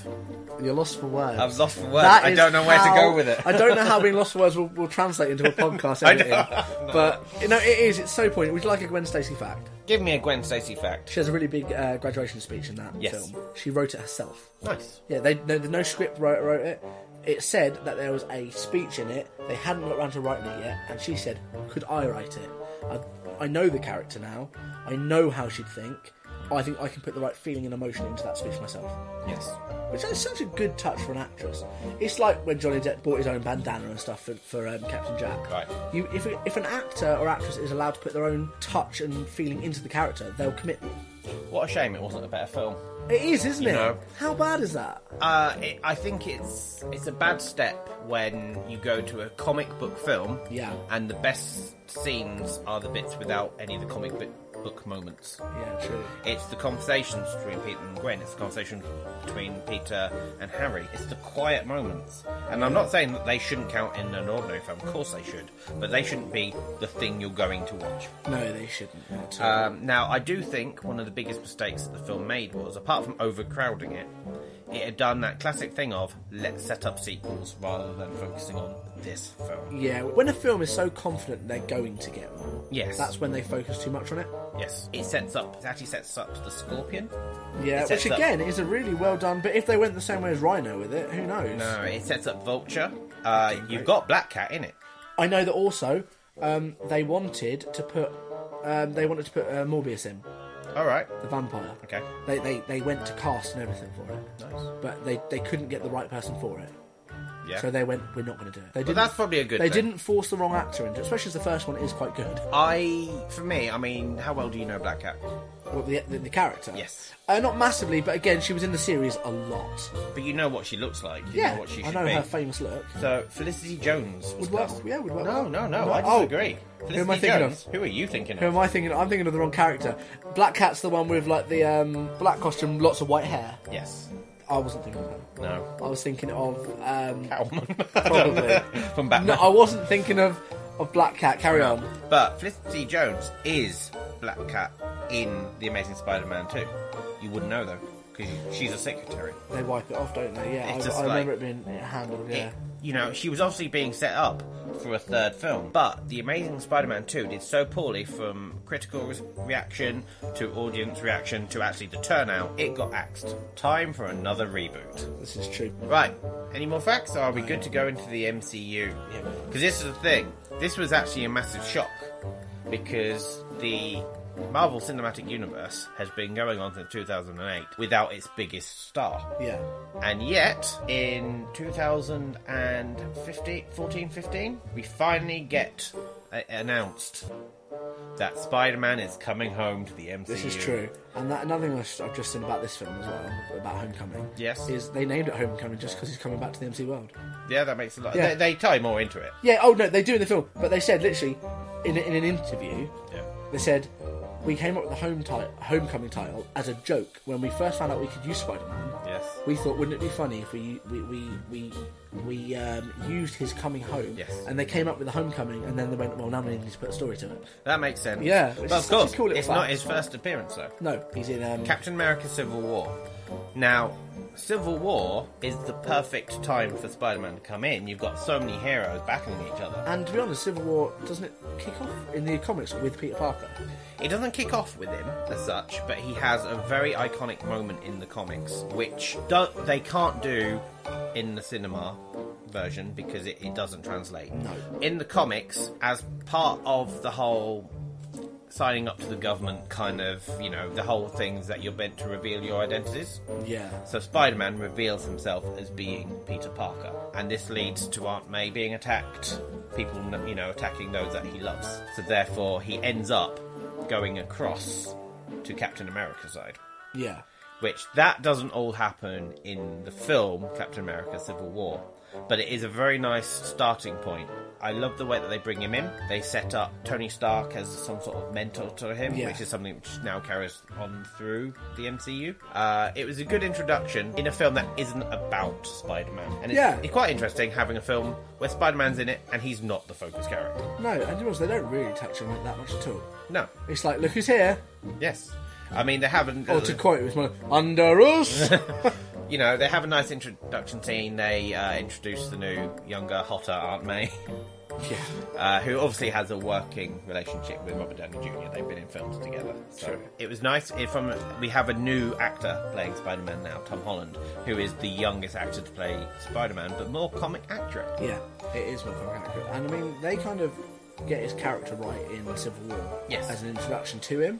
You're lost for words. I've lost for words. That I is don't know where to how- go with it. I don't know how being lost for words will, will translate into a podcast I don't- editing. But you know, it is. It's so poignant. Would you like a Gwen Stacy fact? Give me a Gwen Stacy fact. She has a really big uh, graduation speech in that Yes. film. She wrote it herself. Nice. Yeah, they no, no script wrote, wrote it. It said that there was a speech in it. They hadn't looked around to writing it yet, and she said, "Could I write it? I, I know the character now. I know how she'd think. I think I can put the right feeling and emotion into that speech myself. Yes. Which is such a good touch for an actress. It's like when Johnny Depp bought his own bandana and stuff for, for um, Captain Jack. Right. You, if, if an actor or actress is allowed to put their own touch and feeling into the character, they'll commit. What a shame it wasn't a better film. It is, isn't it? know. How bad is that? Uh, it, I think it's it's a bad step when you go to a comic book film. Yeah. And the best scenes are the bits without any of the comic book, book moments. Yeah, true. It's the conversations between Peter and Gwen. It's the conversation between Peter and Harry. It's the quiet moments. And I'm not saying that they shouldn't count in an ordinary film. Of course they should, but they shouldn't be the thing you're going to watch. No, they shouldn't. Not at all. Um, now, I do think one of the biggest mistakes that the film made was, apart from overcrowding it, it had done that classic thing of let's set up sequels rather than focusing on this film. yeah, when a film is so confident they're going to get one, Yes. that's when they focus too much on it. Yes, it sets up. It actually sets up the Scorpion. Yeah, It which sets up- again is a really well done. But if they went the same way as Rhino with it, who knows? No, Uh, it sets up Vulture. Uh, you've got Black Cat in it. I know that also um, they wanted to put um, they wanted to put uh, Morbius in All right. the vampire. Okay. They, they they went to cast and everything for it, Nice. but they, they couldn't get the right person for it. Yeah. So they went, we're not going to do it. They but didn't. that's probably a good. they thing. didn't force the wrong actor into, it, especially as the first one is quite good. I, for me, I mean, how well do you know Black Cat? Well, the, the, the character. Yes. Uh, not massively, but again, she was in the series a lot. But you know what she looks like. You yeah. Know what she should I know be. her famous look. So Felicity Jones was Would work. cast. Yeah, would work. No, no, no. I oh, disagree. Felicity who am I thinking Jones. of? Who are you thinking Who of? am I thinking? I'm thinking of the wrong character. Black Cat's the one with like the um, black costume, lots of white hair. Yes. I wasn't thinking of that. No. I was thinking of um, Catwoman. Probably. From Batman. no, I wasn't thinking of of Black Cat. Carry on. But Felicity Jones is Black Cat in The Amazing Spider-Man 2. You wouldn't know though, because she's a secretary. They wipe it off, don't they? Yeah, It's just I, I remember like- it being handled. Yeah. It- you know, she was obviously being set up for a third film, but The Amazing Spider-Man 2 did so poorly from critical re- reaction to audience reaction to actually the turnout, it got axed. Time for another reboot. This is true. Right. Any more facts? Or are we good to go into the MCU? Because this is the thing. This was actually a massive shock because the Marvel Cinematic Universe has been going on since 2008 without its biggest star. Yeah. And yet, in 2015, 14, 15, we finally get uh, announced that Spider-Man is coming home to the MCU. This is true. And that another thing I've I've just seen about this film as well, about Homecoming. Yes. Is they named it Homecoming just because he's coming back to the MC world. Yeah, that makes a lot. Yeah. They, they tie more into it. Yeah. Oh no, they do in the film, but they said literally in, a- in an interview Yeah. they said we came up with the home ti- Homecoming title as a joke when we first found out we could use Spider-Man. Yes. we thought wouldn't it be funny if we we we we, we um, used his coming home Yes. and they came up with the homecoming and then they went well now we need to put a story to it That makes sense. Yeah, but it's of such a course, cool little it's not fact. his first appearance though. no he's in um, Captain America: Civil War. Now, Civil War is the perfect time for Spider-Man to come in. You've got so many heroes battling each other. and to be honest Civil War doesn't it kick off in the comics with Peter Parker It doesn't kick off with him as such, but he has a very iconic moment in the comics, which do- they can't do in the cinema version because it, it doesn't translate. No. In the comics, as part of the whole signing up to the government kind of, you know, the whole things that you're meant to reveal your identities. yeah So Spider Man reveals himself as being Peter Parker, and this leads to Aunt May being attacked, people, you know, attacking those that he loves. So therefore, he ends up going across to Captain America's side. yeah Which that doesn't all happen in the film Captain America Civil War, but it is a very nice starting point. I love the way that they bring him in. They set up Tony Stark as some sort of mentor to him, Yeah. which is something which now carries on through the MCU. Uh, it was a good introduction in a film that isn't about Spider Man. And it's, Yeah. it's quite interesting having a film where Spider Man's in it and he's not the focus character. no and to be honest they don't really touch him that much at all No. it's like look who's here Yes. I mean, they haven't. or to quote it was my under us you know, they have a nice introduction scene. They uh, introduce the new, younger, hotter Aunt May, yeah uh, who obviously has a working relationship with Robert Downey Jr. They've been in films together. So True. it was nice. If from we have a new actor playing Spider Man now, Tom Holland, who is the youngest actor to play Spider Man, but more comic accurate. yeah it is more comic accurate and I mean they kind of get his character right in Civil War Yes. as an introduction to him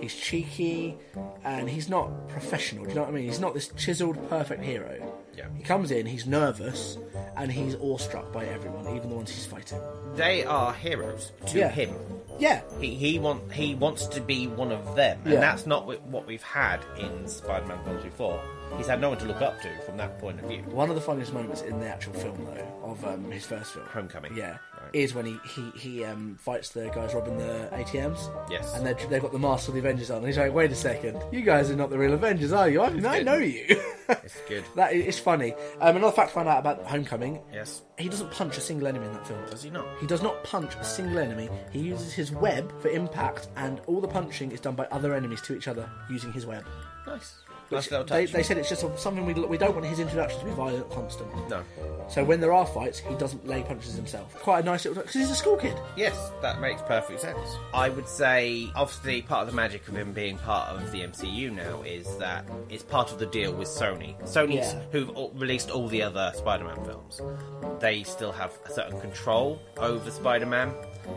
He's cheeky, and he's not professional. Do you know what I mean? He's not this chiseled, perfect hero. Yeah. He comes in, he's nervous, and he's awestruck by everyone, even the ones he's fighting. They are heroes to Yeah. him. Yeah, He he want he wants to be one of them, and Yeah. that's not wh- what we've had in Spider-Man Volume Four. He's had no one to look up to from that point of view. One of the funniest moments in the actual film, though, of um, his first film, Homecoming. yeah, Right. is when he he, he um, fights the guys robbing the ATMs. Yes. and they've, they've got the mask of the Avengers on, and he's like, "Wait a second, you guys are not the real Avengers, are you? I, I good. know you." It's good. that is it's funny. Um, another fact I found out about Homecoming. Yes. He doesn't punch a single enemy in that film. Does he not? He does not punch a single enemy. He uses his web for impact, and all the punching is done by other enemies to each other using his web. Nice. Which Nice little they, touch. they said it's just something we, we don't want his introduction to be violent, constant. No. So when there are fights, he doesn't lay punches himself. Quite a nice little because he's a school kid. Yes, that makes perfect sense. I would say, obviously, part of the magic of him being part of the MCU now is that it's part of the deal with Sony. Sony's, Yeah. who've all- released all the other Spider Man films, they still have a certain control over Spider Man.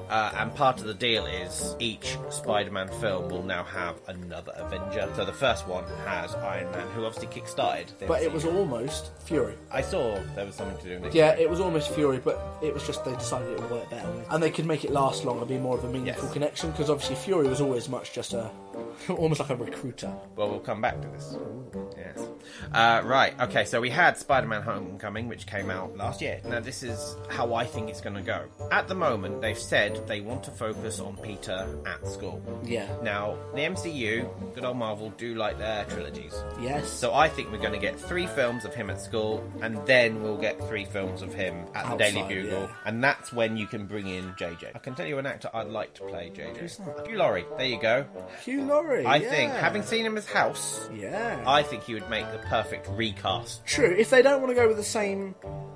Uh, and part of the deal is each Spider Man film will now have another Avenger. So the first one has Iron Man, who obviously kick started. But it was almost Fury. I saw there was something to do with Yeah, it was almost Fury, but it was just they decided it would work better, and they could make it last longer, be more of a meaningful Yes. connection. Because obviously Fury was always much just a, almost like a recruiter. Well, we'll come back to this. Yes. Uh, right. Okay. So we had Spider-Man: Homecoming, which came out last year. Now this is how I think it's going to go. At the moment, they've said they want to focus on Peter at school. Yeah. Now the MCU, good old Marvel, do like their trilogies. Yes. So I think we're going to get three films of him at school, and then we'll get three films of him at the Daily Outside, Bugle, yeah. and that's when you can bring in JJ. I can tell you an actor I'd like to play JJ. Hugh Laurie. There you go. Hugh Laurie. I yeah. think having seen him as House. Yeah. I think he would make the perfect recast. True. If they don't want to go with the same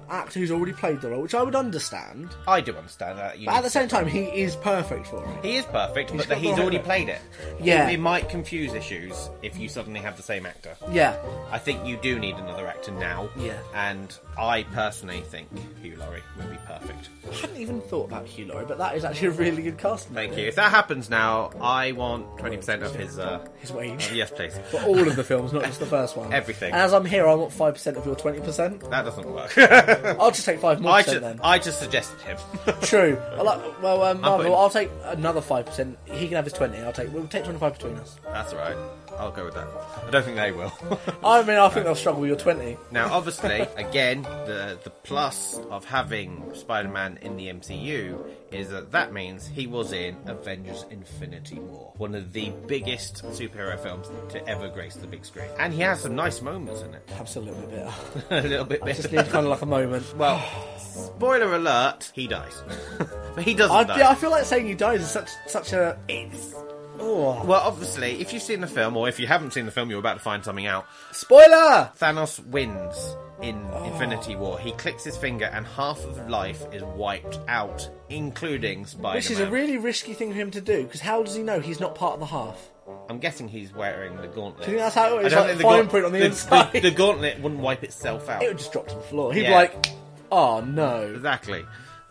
actor who's already played the role, which I would understand, I do understand that. You but at need- the same time, he is perfect for it. he is perfect, but got that he's the- already played it. Yeah. It, it might confuse issues if you suddenly have the same actor. Yeah. I think you do need another actor now. Yeah. And I personally think Hugh Laurie would be perfect. I hadn't even thought about Hugh Laurie, but that is actually a really good casting. Thank you. If that happens now, I want 20% of his. Uh, His wage. yes, please. For all of the films, not just the first one. Everything. And as I'm here, I want 5% of your 20%. That doesn't work. I'll just take 5 more I, percent ju- then. I just suggested him. True. I like, well, um, Marvel, putting- I'll take another 5%. He can have his 20 I'll take, we'll take 25 between us. That's all right. I'll go with that. I don't think they will. I mean, I think they'll struggle with your 20. Now, obviously, again, the the plus of having Spider-Man in the MCU is that that means he was in Avengers: Infinity War, one of the biggest superhero films to ever grace the big screen, and he has some nice moments in it. Perhaps a little bit better. a little bit I just better. need kind of like a moment. Well, spoiler alert: he dies, but he doesn't I, die. yeah, I feel like saying he dies is such such a. It's- Oh. well, obviously, if you've seen the film, or if you haven't seen the film, you're about to find something out. Spoiler! Thanos wins in Oh. Infinity War. He clicks his finger, and half of life is wiped out, including Spider-Man. Which is a really risky thing for him to do, because how does he know he's not part of the half? I'm guessing he's wearing the gauntlet. Do you think that's how it is? I don't Like think the fine gaunt- print on the inside. The, gauntlet wouldn't wipe itself out. It would just drop to the floor. He'd Yeah. be like, oh no. Exactly.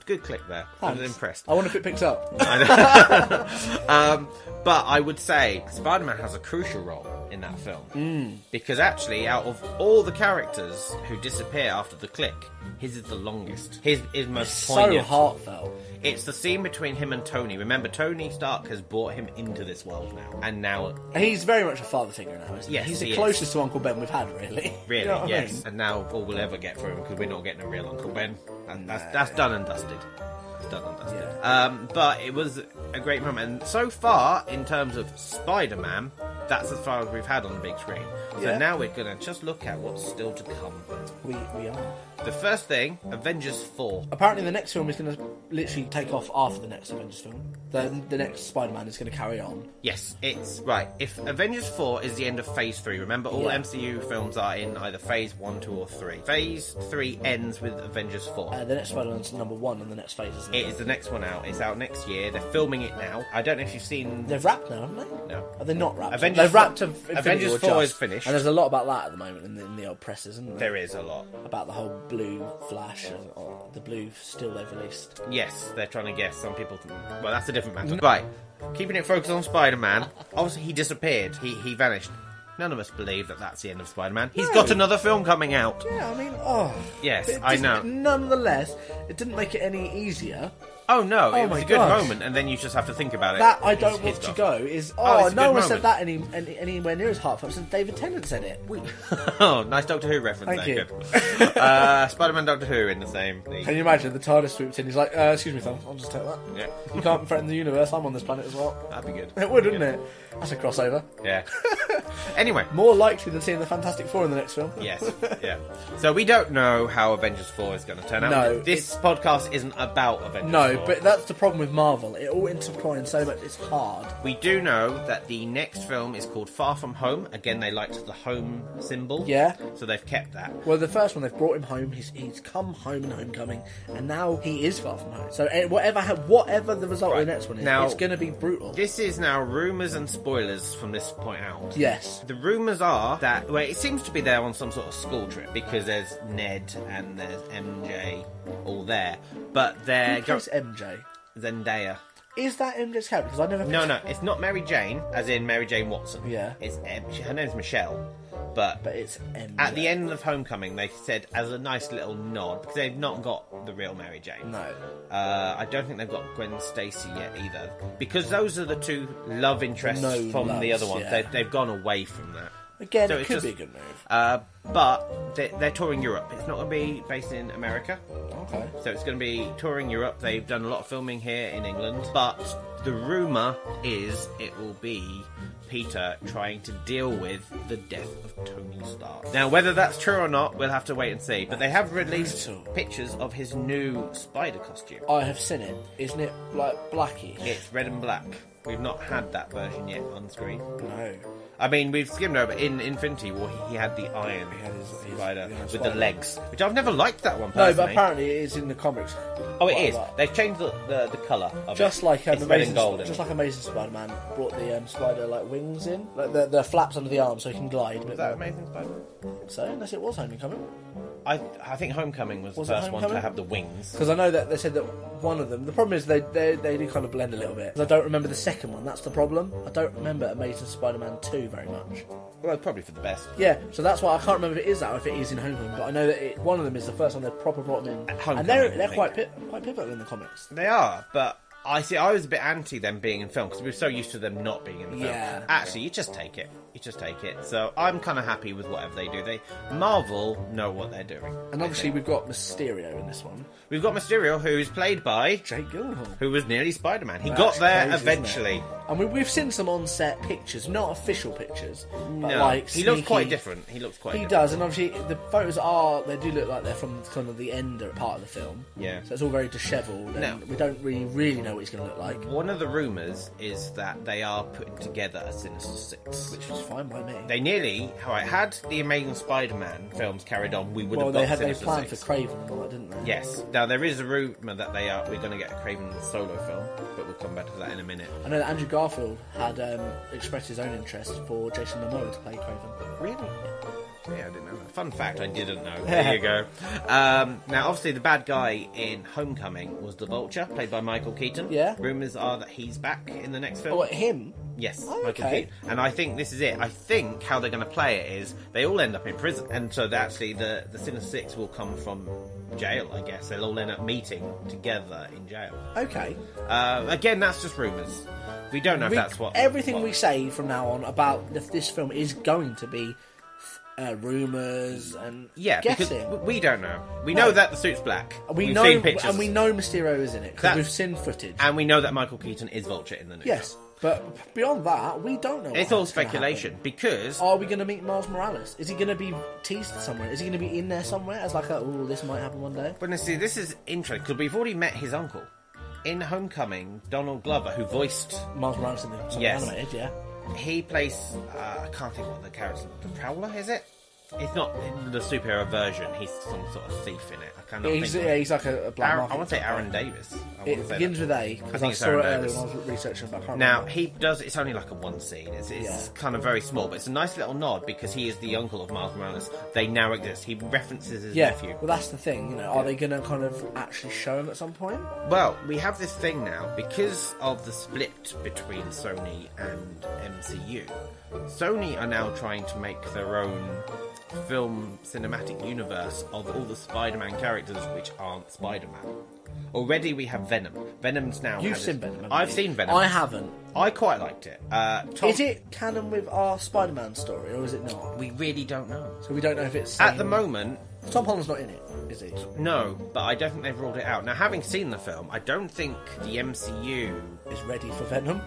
Good click there. I was Thanks. impressed. I wonder if it picks up. Um, but I would say Spider-Man has a crucial role in that film Mm. because actually, out of all the characters who disappear after the click, his is the longest. His is most so poignant. heartfelt. It's the scene between him and Tony. Remember, Tony Stark has brought him into this world now, and now, He's very much a father figure now, isn't he? Yes, He's he the is. closest to Uncle Ben we've had, really. really, You know what I yes, mean? and now all we'll ever get from him because we're not getting a real Uncle Ben. And that's that's done and dusted. It's done and dusted. Um, but it was a great moment, and so far in terms of Spider-Man, that's as far as we've had on the big screen. So Yeah. now we're gonna just look at what's still to come. We, we are. The first thing, Avengers Four. Apparently, the next film is going to literally take off after the next Avengers film. The, the next Spider Man is going to carry on. Yes, it's right. If Avengers 4 is the end of phase 3, remember all Yeah. MCU films are in either phase 1, 2, or 3. Phase 3 ends with Avengers 4. Uh, the next Spider Man's number one in the next phase, isn't it? it is the next one out. It's out next year. They're filming it now. I don't know if you've seen. They've wrapped now, haven't they? No. Are they not wrapped? Avengers They've wrapped. four- of Infinity Avengers War four just, is finished. and there's a lot about that at the moment in the, in the old presses, isn't there? There is a lot. About the whole blue flash and or the blue still they've released. Yes, they're trying to guess. Some people. Think, well, that's a different matter. Right. Keeping it focused on Spider Man. Obviously, he disappeared. He he vanished. None of us believe that that's the end of Spider Man. He's No. got another film coming out. Yeah, I mean, oh. Yes, But it I just- know. Nonetheless, it didn't make it any easier. Oh no, Oh it was my a good gosh. moment, and then you just have to think about it. That I It's don't his want to stuff. go is Oh, oh, it's a no good one said moment. that any, any, anywhere near as heartfelt since David Tennant said it. oh, nice Doctor Who reference Thank there. you. Good. uh, Spider Man Doctor Who in the same Can league. you imagine the TARDIS swoops in? He's like, uh, "Excuse me, Tom, I'll just take that. Yeah, You can't threaten the universe. I'm on this planet as well." that'd be good. It would, wouldn't it? That's a crossover. Yeah. anyway, More likely than seeing the Fantastic Four in the next film. yes, yeah. So we don't know how Avengers 4 is going to turn out. No, this podcast isn't about Avengers No, 4. but that's the problem with Marvel. It all intertwines so much. It's hard. We do know that the next film is called Far From Home. Again, they liked the home symbol. Yeah. So they've kept that. Well, the first one they've brought him home. He's he's come home in Homecoming, and now he is far from home. So eh, whatever ha- whatever the result Right. of the next one is, Now- it's going to be brutal. This is now rumours and spoilers from this point out. Yes. The rumours are that, well, it seems to be there on some sort of school trip because there's Ned and there's MJ all there. But they're. Who plays MJ? Zendaya. Is that MJ's character? Because I never. No, no, it's not Mary Jane, as in Mary Jane Watson. Yeah. It's M- her name's Michelle, but. But it's MJ. at the end of Homecoming, they said as a nice little nod because they've not got the real Mary Jane. No. Uh, I don't think they've got Gwen Stacy yet either because those are the two love interests Known from the loves, other ones. yeah. They, they've gone away from that. Again, So it it's could just- be a good move. Uh, but they, they're touring Europe. It's not going to be based in America. Okay. So it's going to be touring Europe. They've done a lot of filming here in England, but the rumor is it will be Peter trying to deal with the death of Tony Stark. Now, whether that's true or not, we'll have to wait and see. But they have released Brutal. pictures of his new spider costume. I have seen it. Isn't it like blackish? It's red and black. We've not had that version yet on screen. no. I mean, we've skimmed over in Infinity War. He had the Iron had his- his- Spider the Iron with Spider. the legs, which I've never liked that one. No, Personally. but apparently it is in the comics. Oh, Quite a it is. lot. They've changed the, the, the colour of Just it. like um, it's red Amazing, and gold. just like Amazing Spider-Man brought the um, spider like wings in, like the, the flaps under the arm so he can glide. was that Amazing Spider? So Oh. unless it was Homecoming, I I think Homecoming was, Was it the first one to Homecoming? have the wings. because I know that they said that one of them. The problem is they they, they do kind of blend a little bit. 'Cause I don't remember the second one. That's the problem. I don't remember Amazing Spider-Man two very much. Well, probably for the best. Yeah, so that's why I can't remember if it is that or if it is in Homecoming. But I know that it, one of them is the first one they've proper brought them in, Homecoming, and they're I they're think. quite pi- quite pivotal in the comics. They are, but I see. I was a bit anti them being in film because we were so used to them not being in film. Yeah. Actually, you just take it. You just take it. So I'm kind of happy with whatever they do. They Marvel know what they're doing. And obviously we've got Mysterio in this one, We've got Mysterio, who is played by Jake Gyllenhaal. who was nearly Spider Man. He That's got there crazy, isn't it? eventually. And we, we've seen some on-set pictures, not official pictures. but No, like he looks quite sneaky- different. He looks quite. He different. does, and obviously the photos are they do look like they're from kind of the end or part of the film. Yeah. so it's all very dishevelled, and No. we don't really really know what he's going to look like. One of the rumours is that they are putting together a Sinister Six. Which Which is fine by me. they nearly, how I had the Amazing Spider-Man films carried on, we would well, have got they had they Sinister planned for Six. Craven and all that, didn't they? yes. Now there is a rumour that they are we're going to get a Craven solo film, but we'll come back to that in a minute. I know that Andrew Garfield had um, expressed his own interest for Jason Momoa to play Craven. Really? Yeah, I didn't know that. Fun fact, I didn't know. There you go. Um, now, obviously, the bad guy in Homecoming was the Vulture, played by Michael Keaton. Yeah. Rumours are that he's back in the next film. Oh, wait, him? Yes, Oh, Michael okay. Keaton. And I think this is it. I think how they're going to play it is they all end up in prison, and so that actually the the Sinister Six will come from jail. I guess they'll all end up meeting together in jail. Okay. Uh, again, that's just rumors. We don't know if We- that's what everything what- we say from now on about if this film is going to be uh, rumors and Yeah, because guessing. w- we don't know. We No. know that the suit's black. We We've know, seen pictures, and we know Mysterio is in it because That- we've seen footage. and we know that Michael Keaton is Vulture in the news. yes, but beyond that, we don't know. it's what all is gonna speculation happen. because Are we going to meet Miles Morales? Is he going to be teased somewhere? Is he going to be in there somewhere as like, a, oh, this might happen one day? But now, see, this is interesting because we've already met his uncle in Homecoming. Donald Glover, who voiced Miles Morales in the something Yes. animated, yeah. He plays. Uh, I can't think what the character. The Prowler is it? He's not the superhero version. He's some sort of thief in it. I cannot He's, think. yeah, of he's like a, a black Aaron, market I want to say type guy. Aaron Davis. I wanna It say begins that. with A because I, it's saw Aaron it earlier Davis. when I was researching, but I can't Now remember. he does. It's only like a one scene. It's, it's Yeah. kind of very small, but it's a nice little nod because he is the uncle of Miles Morales. They now exist. He references his Yeah, nephew. well, that's the thing. You know, are they going to kind of actually show him at some point? Well, we have this thing now because of the split between Sony and MCU. Sony are now trying to make their own film cinematic universe of all the Spider-Man characters which aren't Spider-Man. Already we have Venom. Venom's now. You've has seen its- Venom. haven't I've you? seen Venom. I haven't. I quite liked it. Uh, Tom, Is it canon with our Spider-Man story, or is it not? We really don't know. So we don't know if it's At same- the moment, Tom Holland's not in it, is he? no, but I definitely have ruled it out. Now, having seen the film, I don't think the MCU. Is ready for Venom?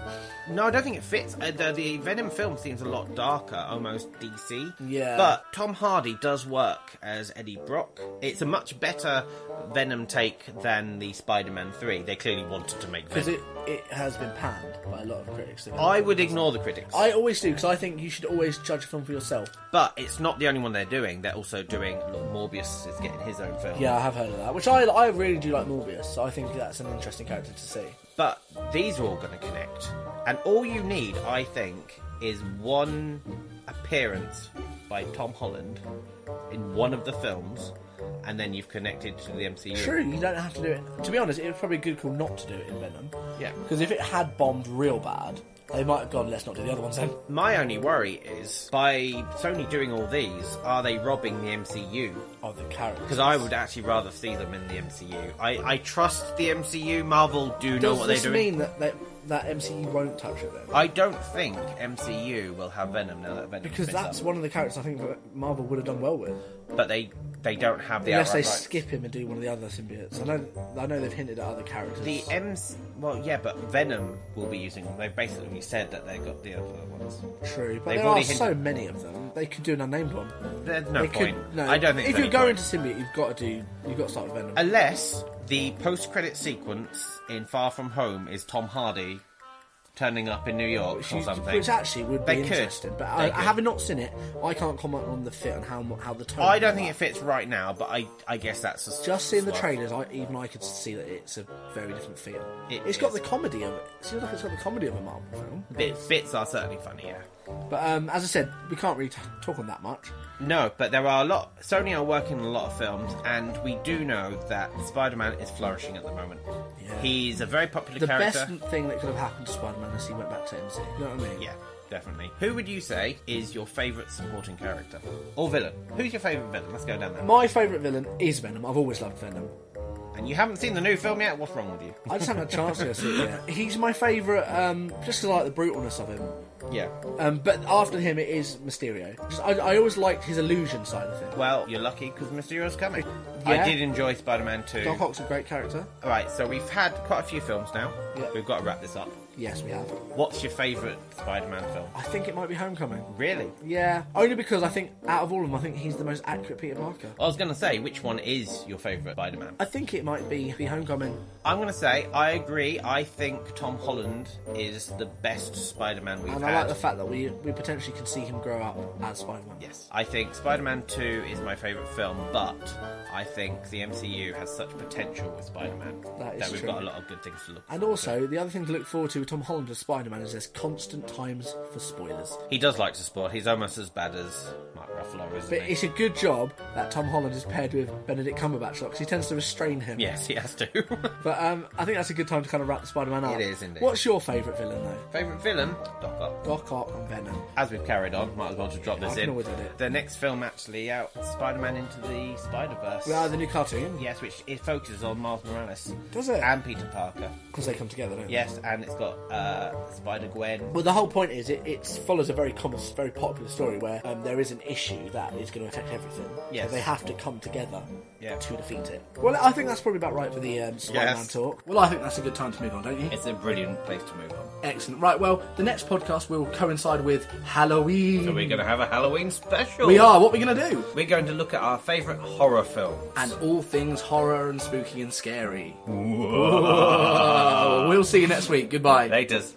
No, I don't think it fits. Uh, the, the Venom film seems a lot darker, almost DC. Yeah. But Tom Hardy does work as Eddie Brock. It's a much better Venom take than the Spider Man 3. They clearly wanted to make Because Venom. it it has been panned by a lot of critics. I would ignore the critics. I always do because I think you should always judge a film for yourself. But it's not the only one they're doing. They're also doing. Look, Morbius is getting his own film. Yeah, I have heard of that, which I I really do like Morbius. So I think that's an interesting character to see. But these are all going to connect. And all you need, I think, is one appearance by Tom Holland in one of the films, and then you've connected to the MCU. True, you don't have to do it. To be honest, it was probably a good call not to do it in Venom. Yeah. Because if it had bombed real bad, they might have gone, let's not do the other ones then. My only worry is by Sony doing all these, are they robbing the MCU? Of Oh, the characters. Because I would actually rather see them in the MCU. I, I trust the MCU. Marvel do know Does what they're this doing. mean that, that that MCU won't touch it then? I don't think MCU will have Venom now that Venom Because that's up. one of the characters I think that Marvel would have done well with, but they they don't have the unless they outright rights. skip him and do one of the other symbiotes. I know, I know they've hinted at other characters. The M's, well, yeah, but Venom will be using them. They basically said that they got the other ones. True, but They've there are already so hinted- many of them. They could do an unnamed one. There's no they point. could. No, I don't think If there's you're any going point. to symbiote, you've got to do. You've got to start with Venom. unless the post-credit sequence in Far From Home is Tom Hardy turning up in New York Which or you- something. Oh, Which actually would be They could. interesting, but They I, I could. having not seen it, I can't comment on the fit and how mu- how the tone. I don't think it fits right now, but I I guess that's a Just seeing the swerve. trailers, I, even I could see that it's a very different feel. It has got is. the comedy of it. Seems like it's got the comedy of a Marvel film. Bits, bits are certainly funny, yeah. But um, as I said, we can't really t- talk on that much. No, but there are a lot. Sony are working on a lot of films, and we do know that Spider-Man is flourishing at the moment. Yeah. He's a very popular The character. best thing that could have happened to Spider-Man is he went back to MCU. You know what I mean? Yeah, definitely. Who would you say is your favourite supporting character or villain? Who's your favourite villain? Let's go down that. My favourite villain is Venom. I've always loved Venom. And you haven't seen the new film yet? What's wrong with you? I just haven't had a chance to go see it yet. He's my favourite, um, just 'cause I like the brutalness of him. Yeah. Um, but after him, it is Mysterio. Just, I, I always liked his illusion side of things. Well, you're lucky because Mysterio's coming. I Yeah. did enjoy Spider-Man 2. Doc Ock's a great character. All right, so we've had quite a few films now. Yeah. We've got to wrap this up. Yes, we have. What's your favourite Spider-Man film? I think it might be Homecoming. Really? Yeah, only because I think out of all of them, I think he's the most accurate Peter Parker. I was going to say, which one is your favourite Spider-Man? I think it might be the Homecoming. I'm going to say, I agree. I think Tom Holland is the best Spider-Man we've And had. I like the fact that we we potentially can see him grow up as Spider-Man. Yes. I think Spider Man 2 is my favourite film, but I think the MCU has such potential with Spider Man That is we've true. got a lot of good things to look And also, the other thing to look forward to with Tom Holland as Spider-Man is there's constant times for spoilers. He does like to sport. He's almost as bad as Mark Ruffalo, isn't But he? it's a good job that Tom Holland is paired with Benedict Cumberbatch because he tends to restrain him. Yes, he has to. But um, I think that's a good time to kind of wrap the Spider-Man up. It is indeed. What's your favourite villain though? favourite villain? Doc Ock. Doc Ock and Venom. As we've carried on, might as well just drop I this can in. always edit. The next film actually out Spider Man Into the Spider Verse. Well, the new cartoon. Yes, which it focuses on Miles Morales. Does it? And Peter Parker. Because they come together, don't they? Yes, and it's got uh, Spider Gwen. Well, the whole point is it, it follows a very common, very popular story where um, there is an issue that is going to affect everything. Yes. So they have to come together Yeah. to defeat it. Well, I think that's probably about right for the um, Spider-Man Yes. talk. Well, I think that's a good time to move on, don't you? It's a brilliant place to move on. Excellent. Right, well, the next podcast will coincide with Halloween. So we're going to have a Halloween special. we are. What are we going to do? We're going to look at our favourite horror film. And all things horror and spooky and scary. We'll see you next week. Goodbye. Laters.